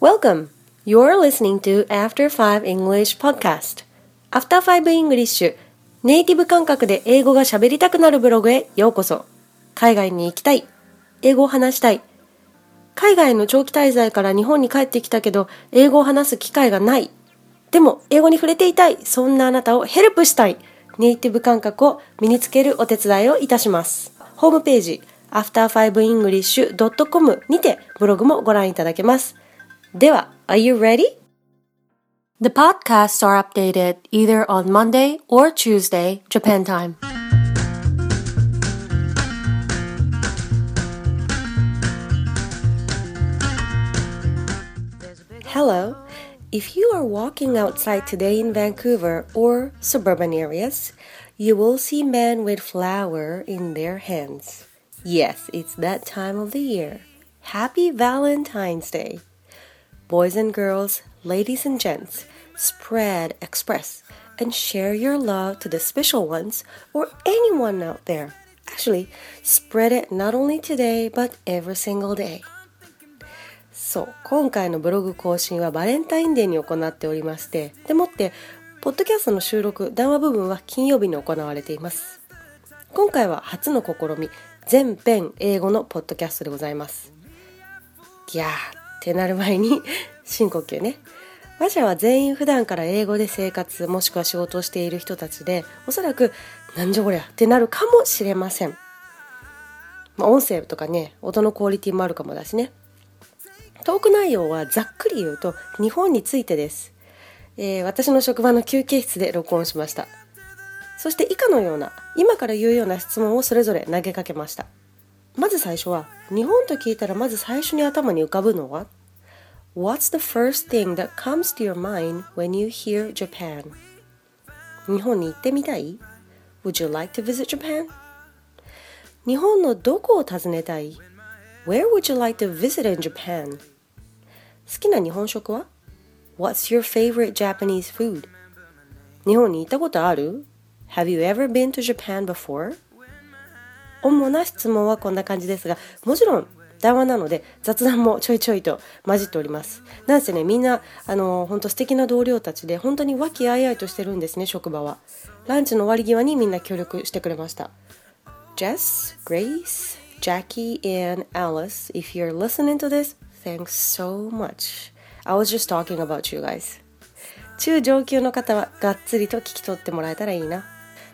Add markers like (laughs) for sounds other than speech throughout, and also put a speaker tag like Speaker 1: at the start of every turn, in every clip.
Speaker 1: Welcome! You're listening to After 5 English Podcast. After 5 English ネイティブ感覚で英語が喋りたくなるブログへようこそ。海外に行きたい。英語を話したい。海外の長期滞在から日本に帰ってきたけど、英語を話す機会がない。でも、英語に触れていたい。そんなあなたをヘルプしたい。ネイティブ感覚を身につけるお手伝いをいたします。ホームページ、after5english.com にてブログもご覧いただけます。では、Are you ready? The podcasts are updated either on Monday or Tuesday, Japan time. Hello. If you are walking outside today in Vancouver or suburban areas, you will see men with flower in their hands. Yes, it's that time of the year. Happy Valentine's Day. Boys and girls, ladies and gents, spread, express, and share your love to the special ones or anyone out there. Actually, spread it not only today but every single day. そう今回のブログ更新はバレンタインデーに行っておりましてでもってポッドキャストの収録談話部分は金曜日に行われています今回は初の試み全編英語のポッドキャストでございますギャーってなる前に (laughs) 深呼吸ね我者は全員普段から英語で生活もしくは仕事をしている人たちでおそらくなんじゃこりゃってなるかもしれませんまあ音声とかね音のクオリティもあるかもだしねトーク内容はざっくり言うと日本についてです、えー私の職場の休憩室で録音しましたそして以下のような今から言うような質問をそれぞれ投げかけましたまず最初は日本と聞いたらまず最初に頭に浮かぶのは What's the first thing that comes to your mind when you hear Japan? 日本に行ってみたい Would you like to visit Japan? 日本のどこを訪ねたい Where would you like to visit in Japan? 好きな日本食は ?What's your favorite Japanese food? 日本に行ったことある ?Have you ever been to Japan before? 主な質問はこんな感じですが、もちろん談話なので雑談もちょいちょいと混じっております。なんせね、みんな、あの、本当素敵な同僚たちで、本当に和気あいあいとしてるんですね、職場は。ランチの終わり際にみんな協力してくれました。Jess, Grace, Jackie, and Alice, if you're listening to this, thanks so much. I was just talking about you guys. 中上級の方はがっつりと聞き取ってもらえたらいいな。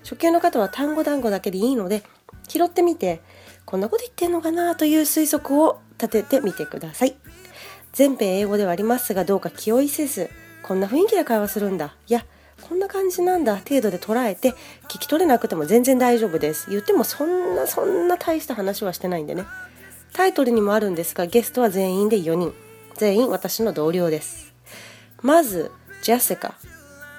Speaker 1: 初級の方は単語単語だけでいいので、拾ってみて、こんなこと言ってんのかなという推測を立ててみてください。全編英語ではありますが、どうか気負いせず、こんな雰囲気で会話するんだ。いや、こんな感じなんだ程度で捉えて聞き取れなくても全然大丈夫です言ってもそんなそんな大した話はしてないんでねタイトルにもあるんですがゲストは全員で4人全員私の同僚ですまずジェシカ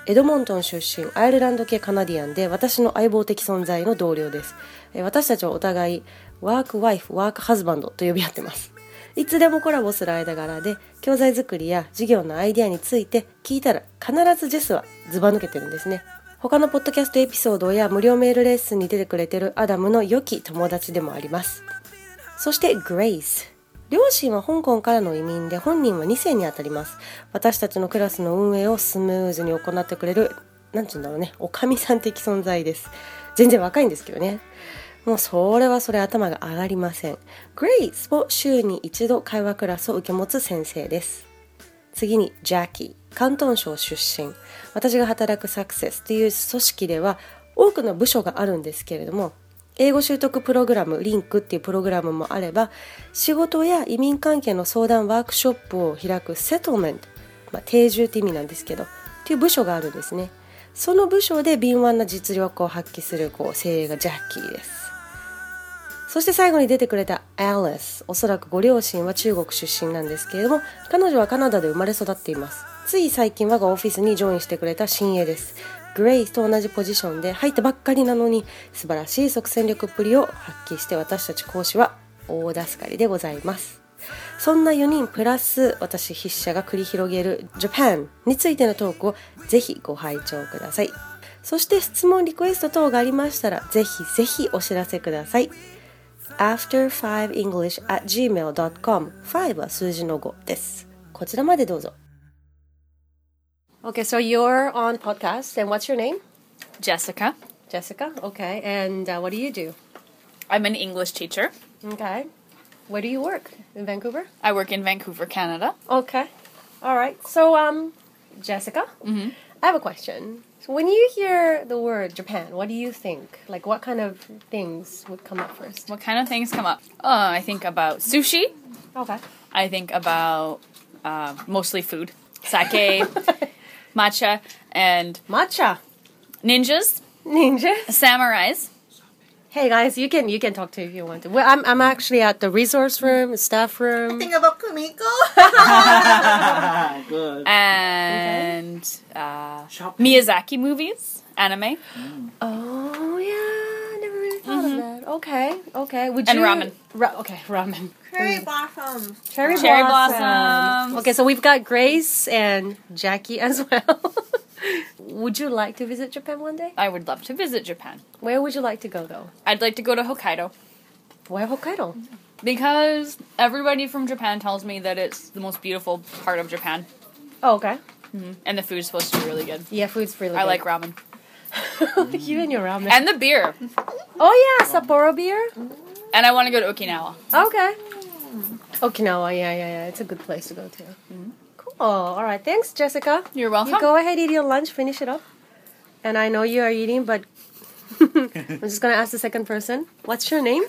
Speaker 1: エドモントン出身アイルランド系カナディアンで私の相棒的存在の同僚ですえー私たちはお互いワークワイフワークハズバンドと呼び合ってますいつでもコラボする間柄で教材作りや授業のアイデアについて聞いたら必ずジェスはズバ抜けてるんですね他のポッドキャストエピソードや無料メールレッスンに出てくれてるアダムの良き友達でもありますそしてグレイス両親は香港からの移民で本人は2世にあたります私たちのクラスの運営をスムーズに行ってくれるなんて言うんだろうねおかみさん的存在です全然若いんですけどねもうそれはそれ頭が上がりませんグレイスを週に一度会話クラスを受け持つ先生です次にジャッキー広東省出身私が働くサクセスという組織では多くの部署があるんですけれども英語習得プログラムリンクっていうプログラムもあれば仕事や移民関係の相談ワークショップを開くセトメント、まあ、定住って意味なんですけどっていう部署があるんですねその部署で敏腕な実力を発揮するこう精鋭がジャッキーですそして最後に出てくれたアリス。おそらくご両親は中国出身なんですけれども、彼女はカナダで生まれ育っています。つい最近我がオフィスにジョインしてくれた新鋭です。グレイスと同じポジションで入ったばっかりなのに素晴らしい即戦力っぷりを発揮して私たち講師は大助かりでございます。そんな4人プラス私筆者が繰り広げる Japan についてのトークをぜひご拝聴ください。そして質問リクエスト等がありましたらぜひぜひお知らせください。after5english at gmail.com 5は数字の5です。こちらまでどうぞ。Okay, so you're on podcast, and what's your name?
Speaker 2: Jessica.
Speaker 1: Jessica. Okay, and uh, what do you do?
Speaker 2: I'm an English teacher.
Speaker 1: Okay. Where do you work? In Vancouver?
Speaker 2: I work in Vancouver, Canada.
Speaker 1: Okay. All right. So, um, Jessica, I have a question. So when you hear the word Japan, what do you think? Like, what kind of things would come up first?
Speaker 2: What kind of things come up? Oh, I think about sushi.
Speaker 1: Okay.
Speaker 2: I think about uh, mostly food, sake, matcha, and
Speaker 1: Matcha,
Speaker 2: ninjas,
Speaker 1: ninja.
Speaker 2: samurais.
Speaker 1: Hey guys, you can you can talk to if you want to. Well, I'm I'm actually at the resource room, staff room.
Speaker 3: Think about Kumiko.
Speaker 1: (laughs)
Speaker 4: Good.
Speaker 2: and uh,
Speaker 4: Shopping.
Speaker 2: Miyazaki movies, anime,
Speaker 1: Oh yeah, I never really thought of that. Okay, okay. Would
Speaker 2: And
Speaker 1: you
Speaker 2: ramen.
Speaker 1: Ra- okay, ramen.
Speaker 3: Curry blossoms.
Speaker 1: Cherry,
Speaker 2: cherry
Speaker 1: blossom.
Speaker 2: blossoms.
Speaker 1: Okay, so we've got Grace and Jackie as well. (laughs) would you like to visit Japan one day?
Speaker 2: I would love to visit Japan.
Speaker 1: Where would you like to go though?
Speaker 2: I'd like to go to Hokkaido
Speaker 1: Why Hokkaido?
Speaker 2: because everybody from Japan tells me that it's the most beautiful part of Japan,
Speaker 1: Oh, okay.
Speaker 2: and the food's supposed to be really good.
Speaker 1: Yeah, food's really
Speaker 2: I
Speaker 1: good.
Speaker 2: like ramen
Speaker 1: (laughs) you and your ramen.
Speaker 2: and the beer,
Speaker 1: oh yeah, Sapporo beer.
Speaker 2: and I want to go to Okinawa.
Speaker 1: Okay. Okinawa, yeah, yeah, yeah. It's a good place to go to. Cool. All right. Thanks, Jessica.
Speaker 2: You're welcome.
Speaker 1: You go ahead, eat your lunch, finish it up. And I know you are eating,
Speaker 3: (laughs)
Speaker 1: but I'm just going to ask the second person. What's your
Speaker 3: (laughs)
Speaker 1: name?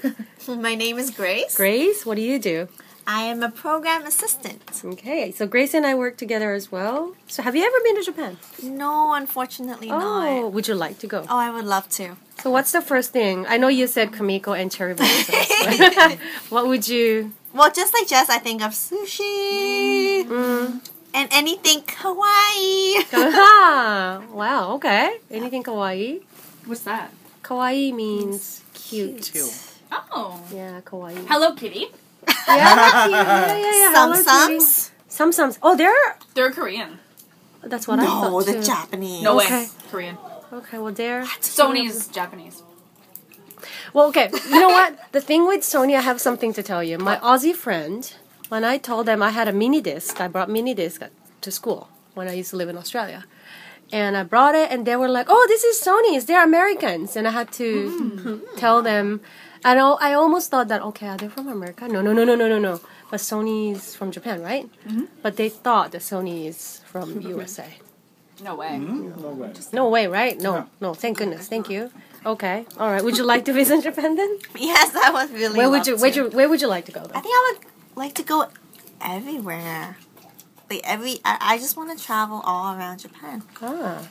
Speaker 3: My name is Grace.
Speaker 1: Grace. What do you do?
Speaker 3: I am a program assistant.
Speaker 1: Okay. So, Grace and I work together as well. So, have you ever been to Japan?
Speaker 3: No, unfortunately
Speaker 1: Oh,
Speaker 3: not.
Speaker 1: would you like to go?
Speaker 3: Oh, I would love to.
Speaker 1: So, what's the first thing? I know you said Kamiko and cherry
Speaker 3: (laughs)
Speaker 1: blossoms. (laughs) what would you?
Speaker 3: Well, just like Jess, I think of
Speaker 1: Mm.
Speaker 3: sushi Mm. and anything kawaii. (laughs)
Speaker 1: Ah, wow. Okay. Anything kawaii?
Speaker 2: What's that?
Speaker 1: Kawaii means cute.
Speaker 2: Oh,
Speaker 1: Yeah, kawaii.
Speaker 2: Hello Kitty.
Speaker 1: Yeah, yeah, yeah, yeah.
Speaker 3: Some
Speaker 1: Hello Kitty.
Speaker 3: sums.
Speaker 1: Samsams. Oh, there. Are,
Speaker 2: They're Korean.
Speaker 1: that's what I
Speaker 3: No,
Speaker 1: thought
Speaker 3: the
Speaker 1: too.
Speaker 3: Japanese.
Speaker 2: No
Speaker 1: Okay.
Speaker 2: way, Korean.
Speaker 1: Okay, well there.
Speaker 2: Sony is Japanese.
Speaker 1: Well, okay. You know what? The thing with Sony, I have something to tell you. My Aussie friend, when I told them I had a mini disc, I brought mini disc at- to school when I used to live in Australia. And I brought it, and they were like, "Oh, this is Sony's. They're Americans." And I had to tell them. And I, I almost thought that, okay, are they from America? No, no, no, no, no, no, no. But Sony's from Japan, right? But they thought that Sony is from USA.
Speaker 2: No way.
Speaker 4: No way.
Speaker 1: No way, right? No, no. thank goodness. Thank you. Okay. All right. Would you like to visit (laughs) Japan then?
Speaker 3: Yes, I would really.
Speaker 1: Where
Speaker 3: love
Speaker 1: would you? Where
Speaker 3: to.
Speaker 1: you? Where would you like to go? Though?
Speaker 3: I think I would like to go everywhere. Like every, I, I just want to travel all around Japan.
Speaker 1: Ah,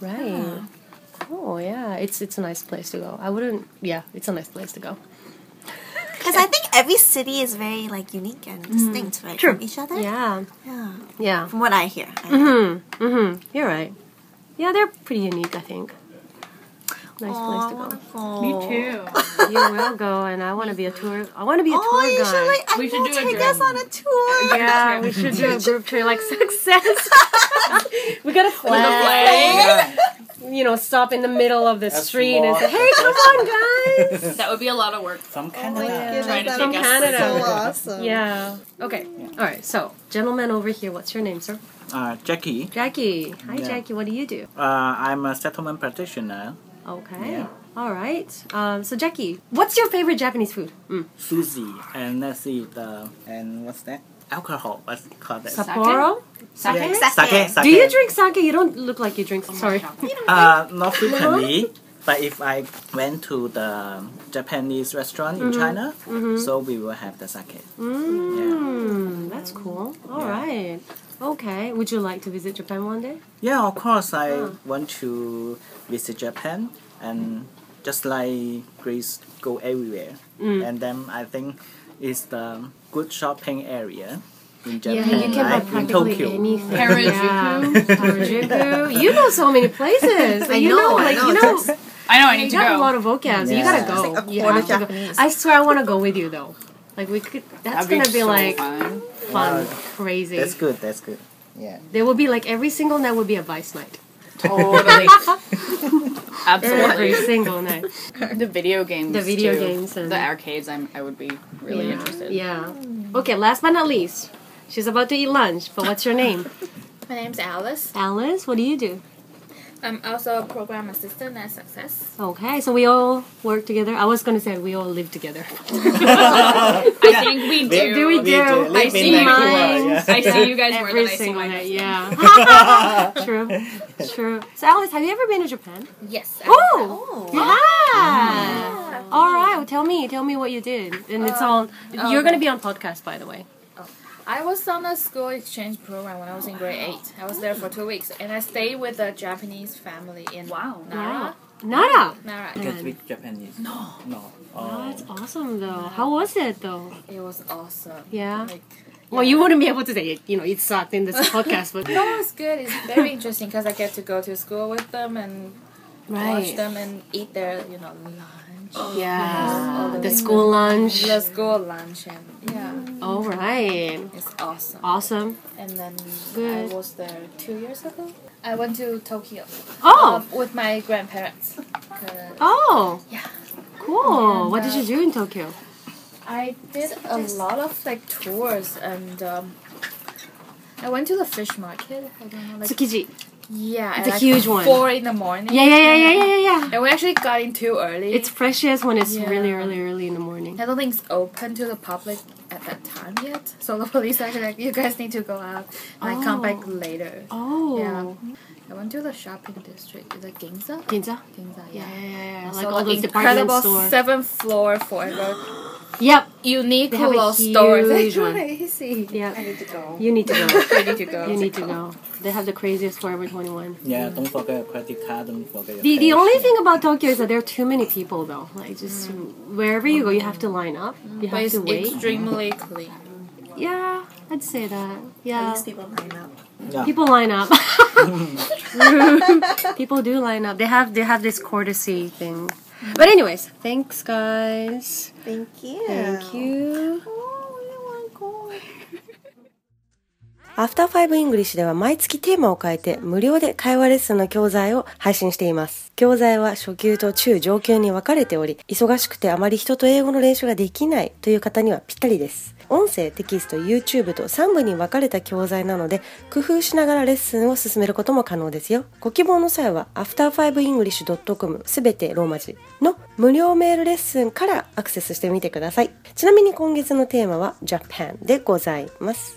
Speaker 1: right. Oh yeah, it's it's a nice place to go. I wouldn't. Yeah, it's a nice place to go.
Speaker 3: Because I think every city is very like unique and distinct, right?
Speaker 1: Mm-hmm. True.
Speaker 3: From each other.
Speaker 1: Yeah,
Speaker 3: Yeah.
Speaker 1: yeah.
Speaker 3: From what I hear. I-
Speaker 1: Mm-hmm. You're right. Yeah, they're pretty unique. I think. Nice place to
Speaker 3: Wonderful.
Speaker 1: go. You will go, and I want to be a tour. I want to be a
Speaker 3: Oh,
Speaker 1: tour
Speaker 3: you should
Speaker 1: guide.
Speaker 3: like. I
Speaker 2: We should
Speaker 3: will
Speaker 2: do a
Speaker 3: take
Speaker 2: dream.
Speaker 3: us on a tour.
Speaker 1: yeah, we should do a group tour like success. we gotta plan.
Speaker 4: Yeah.
Speaker 1: You know, stop in the middle of the
Speaker 4: That's
Speaker 1: street and
Speaker 4: more-
Speaker 1: say, "Hey, come on, (laughs) guys!"
Speaker 2: (laughs) That would be a lot of work.
Speaker 4: From Canada.
Speaker 3: goodness,
Speaker 2: Trying to
Speaker 3: that
Speaker 2: take
Speaker 3: would
Speaker 2: us
Speaker 3: be
Speaker 1: Canada.
Speaker 3: So awesome.
Speaker 1: Yeah. Okay. All right. So, gentleman over here, what's your name, sir?
Speaker 4: Uh, Jackie,
Speaker 1: Jackie. Hi,
Speaker 4: Yeah.
Speaker 1: Jackie. What do you do?
Speaker 4: uh, I'm a settlement practitioner.
Speaker 1: Okay.
Speaker 4: Yeah.
Speaker 1: All right. Um, so, Jackie, what's your favorite Japanese food? Mm.
Speaker 4: Susie, and let's see the and what's that? Alcohol. What's it called that?
Speaker 2: Sake?
Speaker 1: Sapporo.
Speaker 2: Sake?
Speaker 3: Sake.
Speaker 4: Sake. sake.
Speaker 1: Do you drink sake? You don't look like you drink.
Speaker 2: (laughs)
Speaker 1: Sorry.
Speaker 4: Uh, not frequently. But if I went to the Japanese restaurant in China, so we will have the sake.
Speaker 1: Mm, that's cool. All
Speaker 4: Yeah.
Speaker 1: right. Okay. Would you like to visit Japan one day?
Speaker 4: Yeah, of course. I
Speaker 1: Hmm.
Speaker 4: want to visit Japan and just like Greece, go everywhere.
Speaker 1: Hmm.
Speaker 4: And then I think it's the good shopping area in Japan,
Speaker 1: yeah, you can buy
Speaker 4: right? in
Speaker 1: practically
Speaker 4: Tokyo.
Speaker 1: anything.
Speaker 2: Harajuku.
Speaker 1: Yeah. Harajuku. You know so many places.
Speaker 3: I
Speaker 1: you
Speaker 3: know, I
Speaker 1: like
Speaker 3: know.
Speaker 1: you know.
Speaker 2: I know. I need
Speaker 1: You
Speaker 2: to
Speaker 1: got a lot
Speaker 2: go.
Speaker 1: of vocabs. You
Speaker 4: Yeah.
Speaker 1: gotta
Speaker 4: It's
Speaker 1: go.
Speaker 3: like a
Speaker 1: You
Speaker 3: quarter
Speaker 1: have to go.
Speaker 3: Japanese.
Speaker 1: I swear I want to go with you though. Like we could. That's
Speaker 2: That'd be
Speaker 1: gonna be
Speaker 2: so
Speaker 1: like (laughs)
Speaker 2: fun.
Speaker 1: fun, crazy.
Speaker 4: Uh, That's good. That's good. Yeah.
Speaker 1: There will be like every single night will be a vice night.
Speaker 2: Totally.
Speaker 1: Every (laughs)
Speaker 2: Absolutely.
Speaker 1: single night.
Speaker 2: the video games.
Speaker 1: The video
Speaker 2: too.
Speaker 1: games and-
Speaker 2: the arcades. I'm, I would be (laughs) really
Speaker 1: yeah.
Speaker 2: interested.
Speaker 1: Yeah. Okay. Last but not least, She's about to eat lunch, but what's your
Speaker 2: (laughs)
Speaker 1: name?
Speaker 5: My name's Alice.
Speaker 1: Alice, what do you do?
Speaker 5: I'm also a program assistant at Success.
Speaker 1: Okay, so we all work together. I was gonna say we all live
Speaker 2: (laughs)
Speaker 1: together.
Speaker 2: I think we do.
Speaker 1: Do we do?
Speaker 4: do. Live
Speaker 1: I
Speaker 4: in
Speaker 1: see
Speaker 4: Vancouver,
Speaker 1: mine.
Speaker 4: (laughs) yeah.
Speaker 2: I
Speaker 1: (laughs)
Speaker 2: see you guys more
Speaker 1: Every
Speaker 2: than I see
Speaker 1: single
Speaker 2: myself.
Speaker 1: night, yeah.
Speaker 2: (laughs)
Speaker 1: (laughs) true, true. So, Alice, have you ever been to Japan?
Speaker 5: Yes. I-
Speaker 1: Oh,
Speaker 3: Oh.
Speaker 1: yeah.
Speaker 5: Ah.
Speaker 1: All right, well, tell me, tell me what you did, and it's all.
Speaker 5: Uh,
Speaker 1: You're gonna be on podcast, by the way.
Speaker 5: I was on a school exchange program when I was in grade 8. I was there for two weeks and I stayed with a Japanese family in
Speaker 2: Wow.
Speaker 5: Nara.
Speaker 1: Nara.
Speaker 5: Nara.
Speaker 4: Can speak Japanese. No. No.
Speaker 1: Oh,
Speaker 4: Oh.
Speaker 1: that's awesome, though. How was it, though?
Speaker 5: It was awesome.
Speaker 1: Yeah.
Speaker 5: Like,
Speaker 1: Well, you wouldn't be able to say it. You know, it sucked
Speaker 5: (laughs)
Speaker 1: in this podcast, but
Speaker 5: no, it's good. It's very interesting because I get to go to school with them and watch them and eat their, you know, lunch.
Speaker 2: Oh.
Speaker 1: Yeah,
Speaker 5: Yes.
Speaker 1: the school lunch.
Speaker 5: The school lunch and yeah,
Speaker 2: Mm.
Speaker 1: All right,
Speaker 5: it's awesome.
Speaker 1: awesome.
Speaker 5: And then
Speaker 1: Good.
Speaker 5: I was there two years ago. I went to Tokyo
Speaker 1: Oh,
Speaker 5: um, with my grandparents. 'Cause
Speaker 1: oh,
Speaker 5: Yeah.
Speaker 1: cool. What did
Speaker 5: And, uh,
Speaker 1: you do in Tokyo?
Speaker 5: I did a lot of like tours and um, I went to the fish market. I don't know, like
Speaker 1: Tsukiji.
Speaker 5: yeah,
Speaker 1: It's a
Speaker 5: at, like,
Speaker 1: huge one.
Speaker 5: Four in the morning.
Speaker 1: Yeah, yeah, yeah, yeah, yeah, yeah.
Speaker 5: And we actually got in too early.
Speaker 1: It's freshest when it's really
Speaker 5: Yeah.
Speaker 1: early, early in the morning.
Speaker 5: I don't think it's open to the public at that time yet. So the (laughs) police are like, you guys need to go out. And I come back
Speaker 1: Oh.
Speaker 5: later.
Speaker 1: Oh,
Speaker 5: Yeah. I went to the shopping district, the Ginza.
Speaker 1: Ginza.
Speaker 5: Ginza,
Speaker 1: Yeah,
Speaker 5: yeah.
Speaker 1: yeah, yeah, yeah.
Speaker 5: I
Speaker 1: Like
Speaker 5: saw
Speaker 1: all
Speaker 5: the
Speaker 1: those department
Speaker 5: incredible
Speaker 1: store.
Speaker 5: seventh floor forever
Speaker 1: Yep.
Speaker 5: unique
Speaker 1: They have a
Speaker 5: little store. (laughs)
Speaker 1: huge one.
Speaker 5: Crazy.
Speaker 1: Yep.
Speaker 5: need to go.
Speaker 1: You need to (laughs) go.
Speaker 5: I need to go.
Speaker 1: You need to go. They have the craziest Forever 21.
Speaker 4: Yeah, don't forget your credit card, don't forget your
Speaker 1: The, the
Speaker 4: cash.
Speaker 1: only thing about Tokyo is that there are too many people though. Like just wherever you go, you have to line up. You have
Speaker 5: But it's
Speaker 1: to wait.
Speaker 5: extremely clean.
Speaker 1: Yeah, I'd say that.
Speaker 3: At
Speaker 1: Yeah.
Speaker 3: least people line up.
Speaker 4: Yeah.
Speaker 1: People line (laughs) up. people do line up. They have they have this courtesy thing. But anyways, thanks guys.
Speaker 3: Thank you.
Speaker 1: Thank you.
Speaker 3: Oh, I want to go.
Speaker 1: アフターファイブイングリッシュでは毎月テーマを変えて無料で会話レッスンの教材を配信しています。教材は初級と中上級に分かれており、忙しくてあまり人と英語の練習ができないという方にはぴったりです。音声、テキスト、YouTube と3部に分かれた教材なので、工夫しながらレッスンを進めることも可能ですよ。ご希望の際は after5english.com すべてローマ字の無料メールレッスンからアクセスしてみてください。ちなみに今月のテーマは Japan でございます。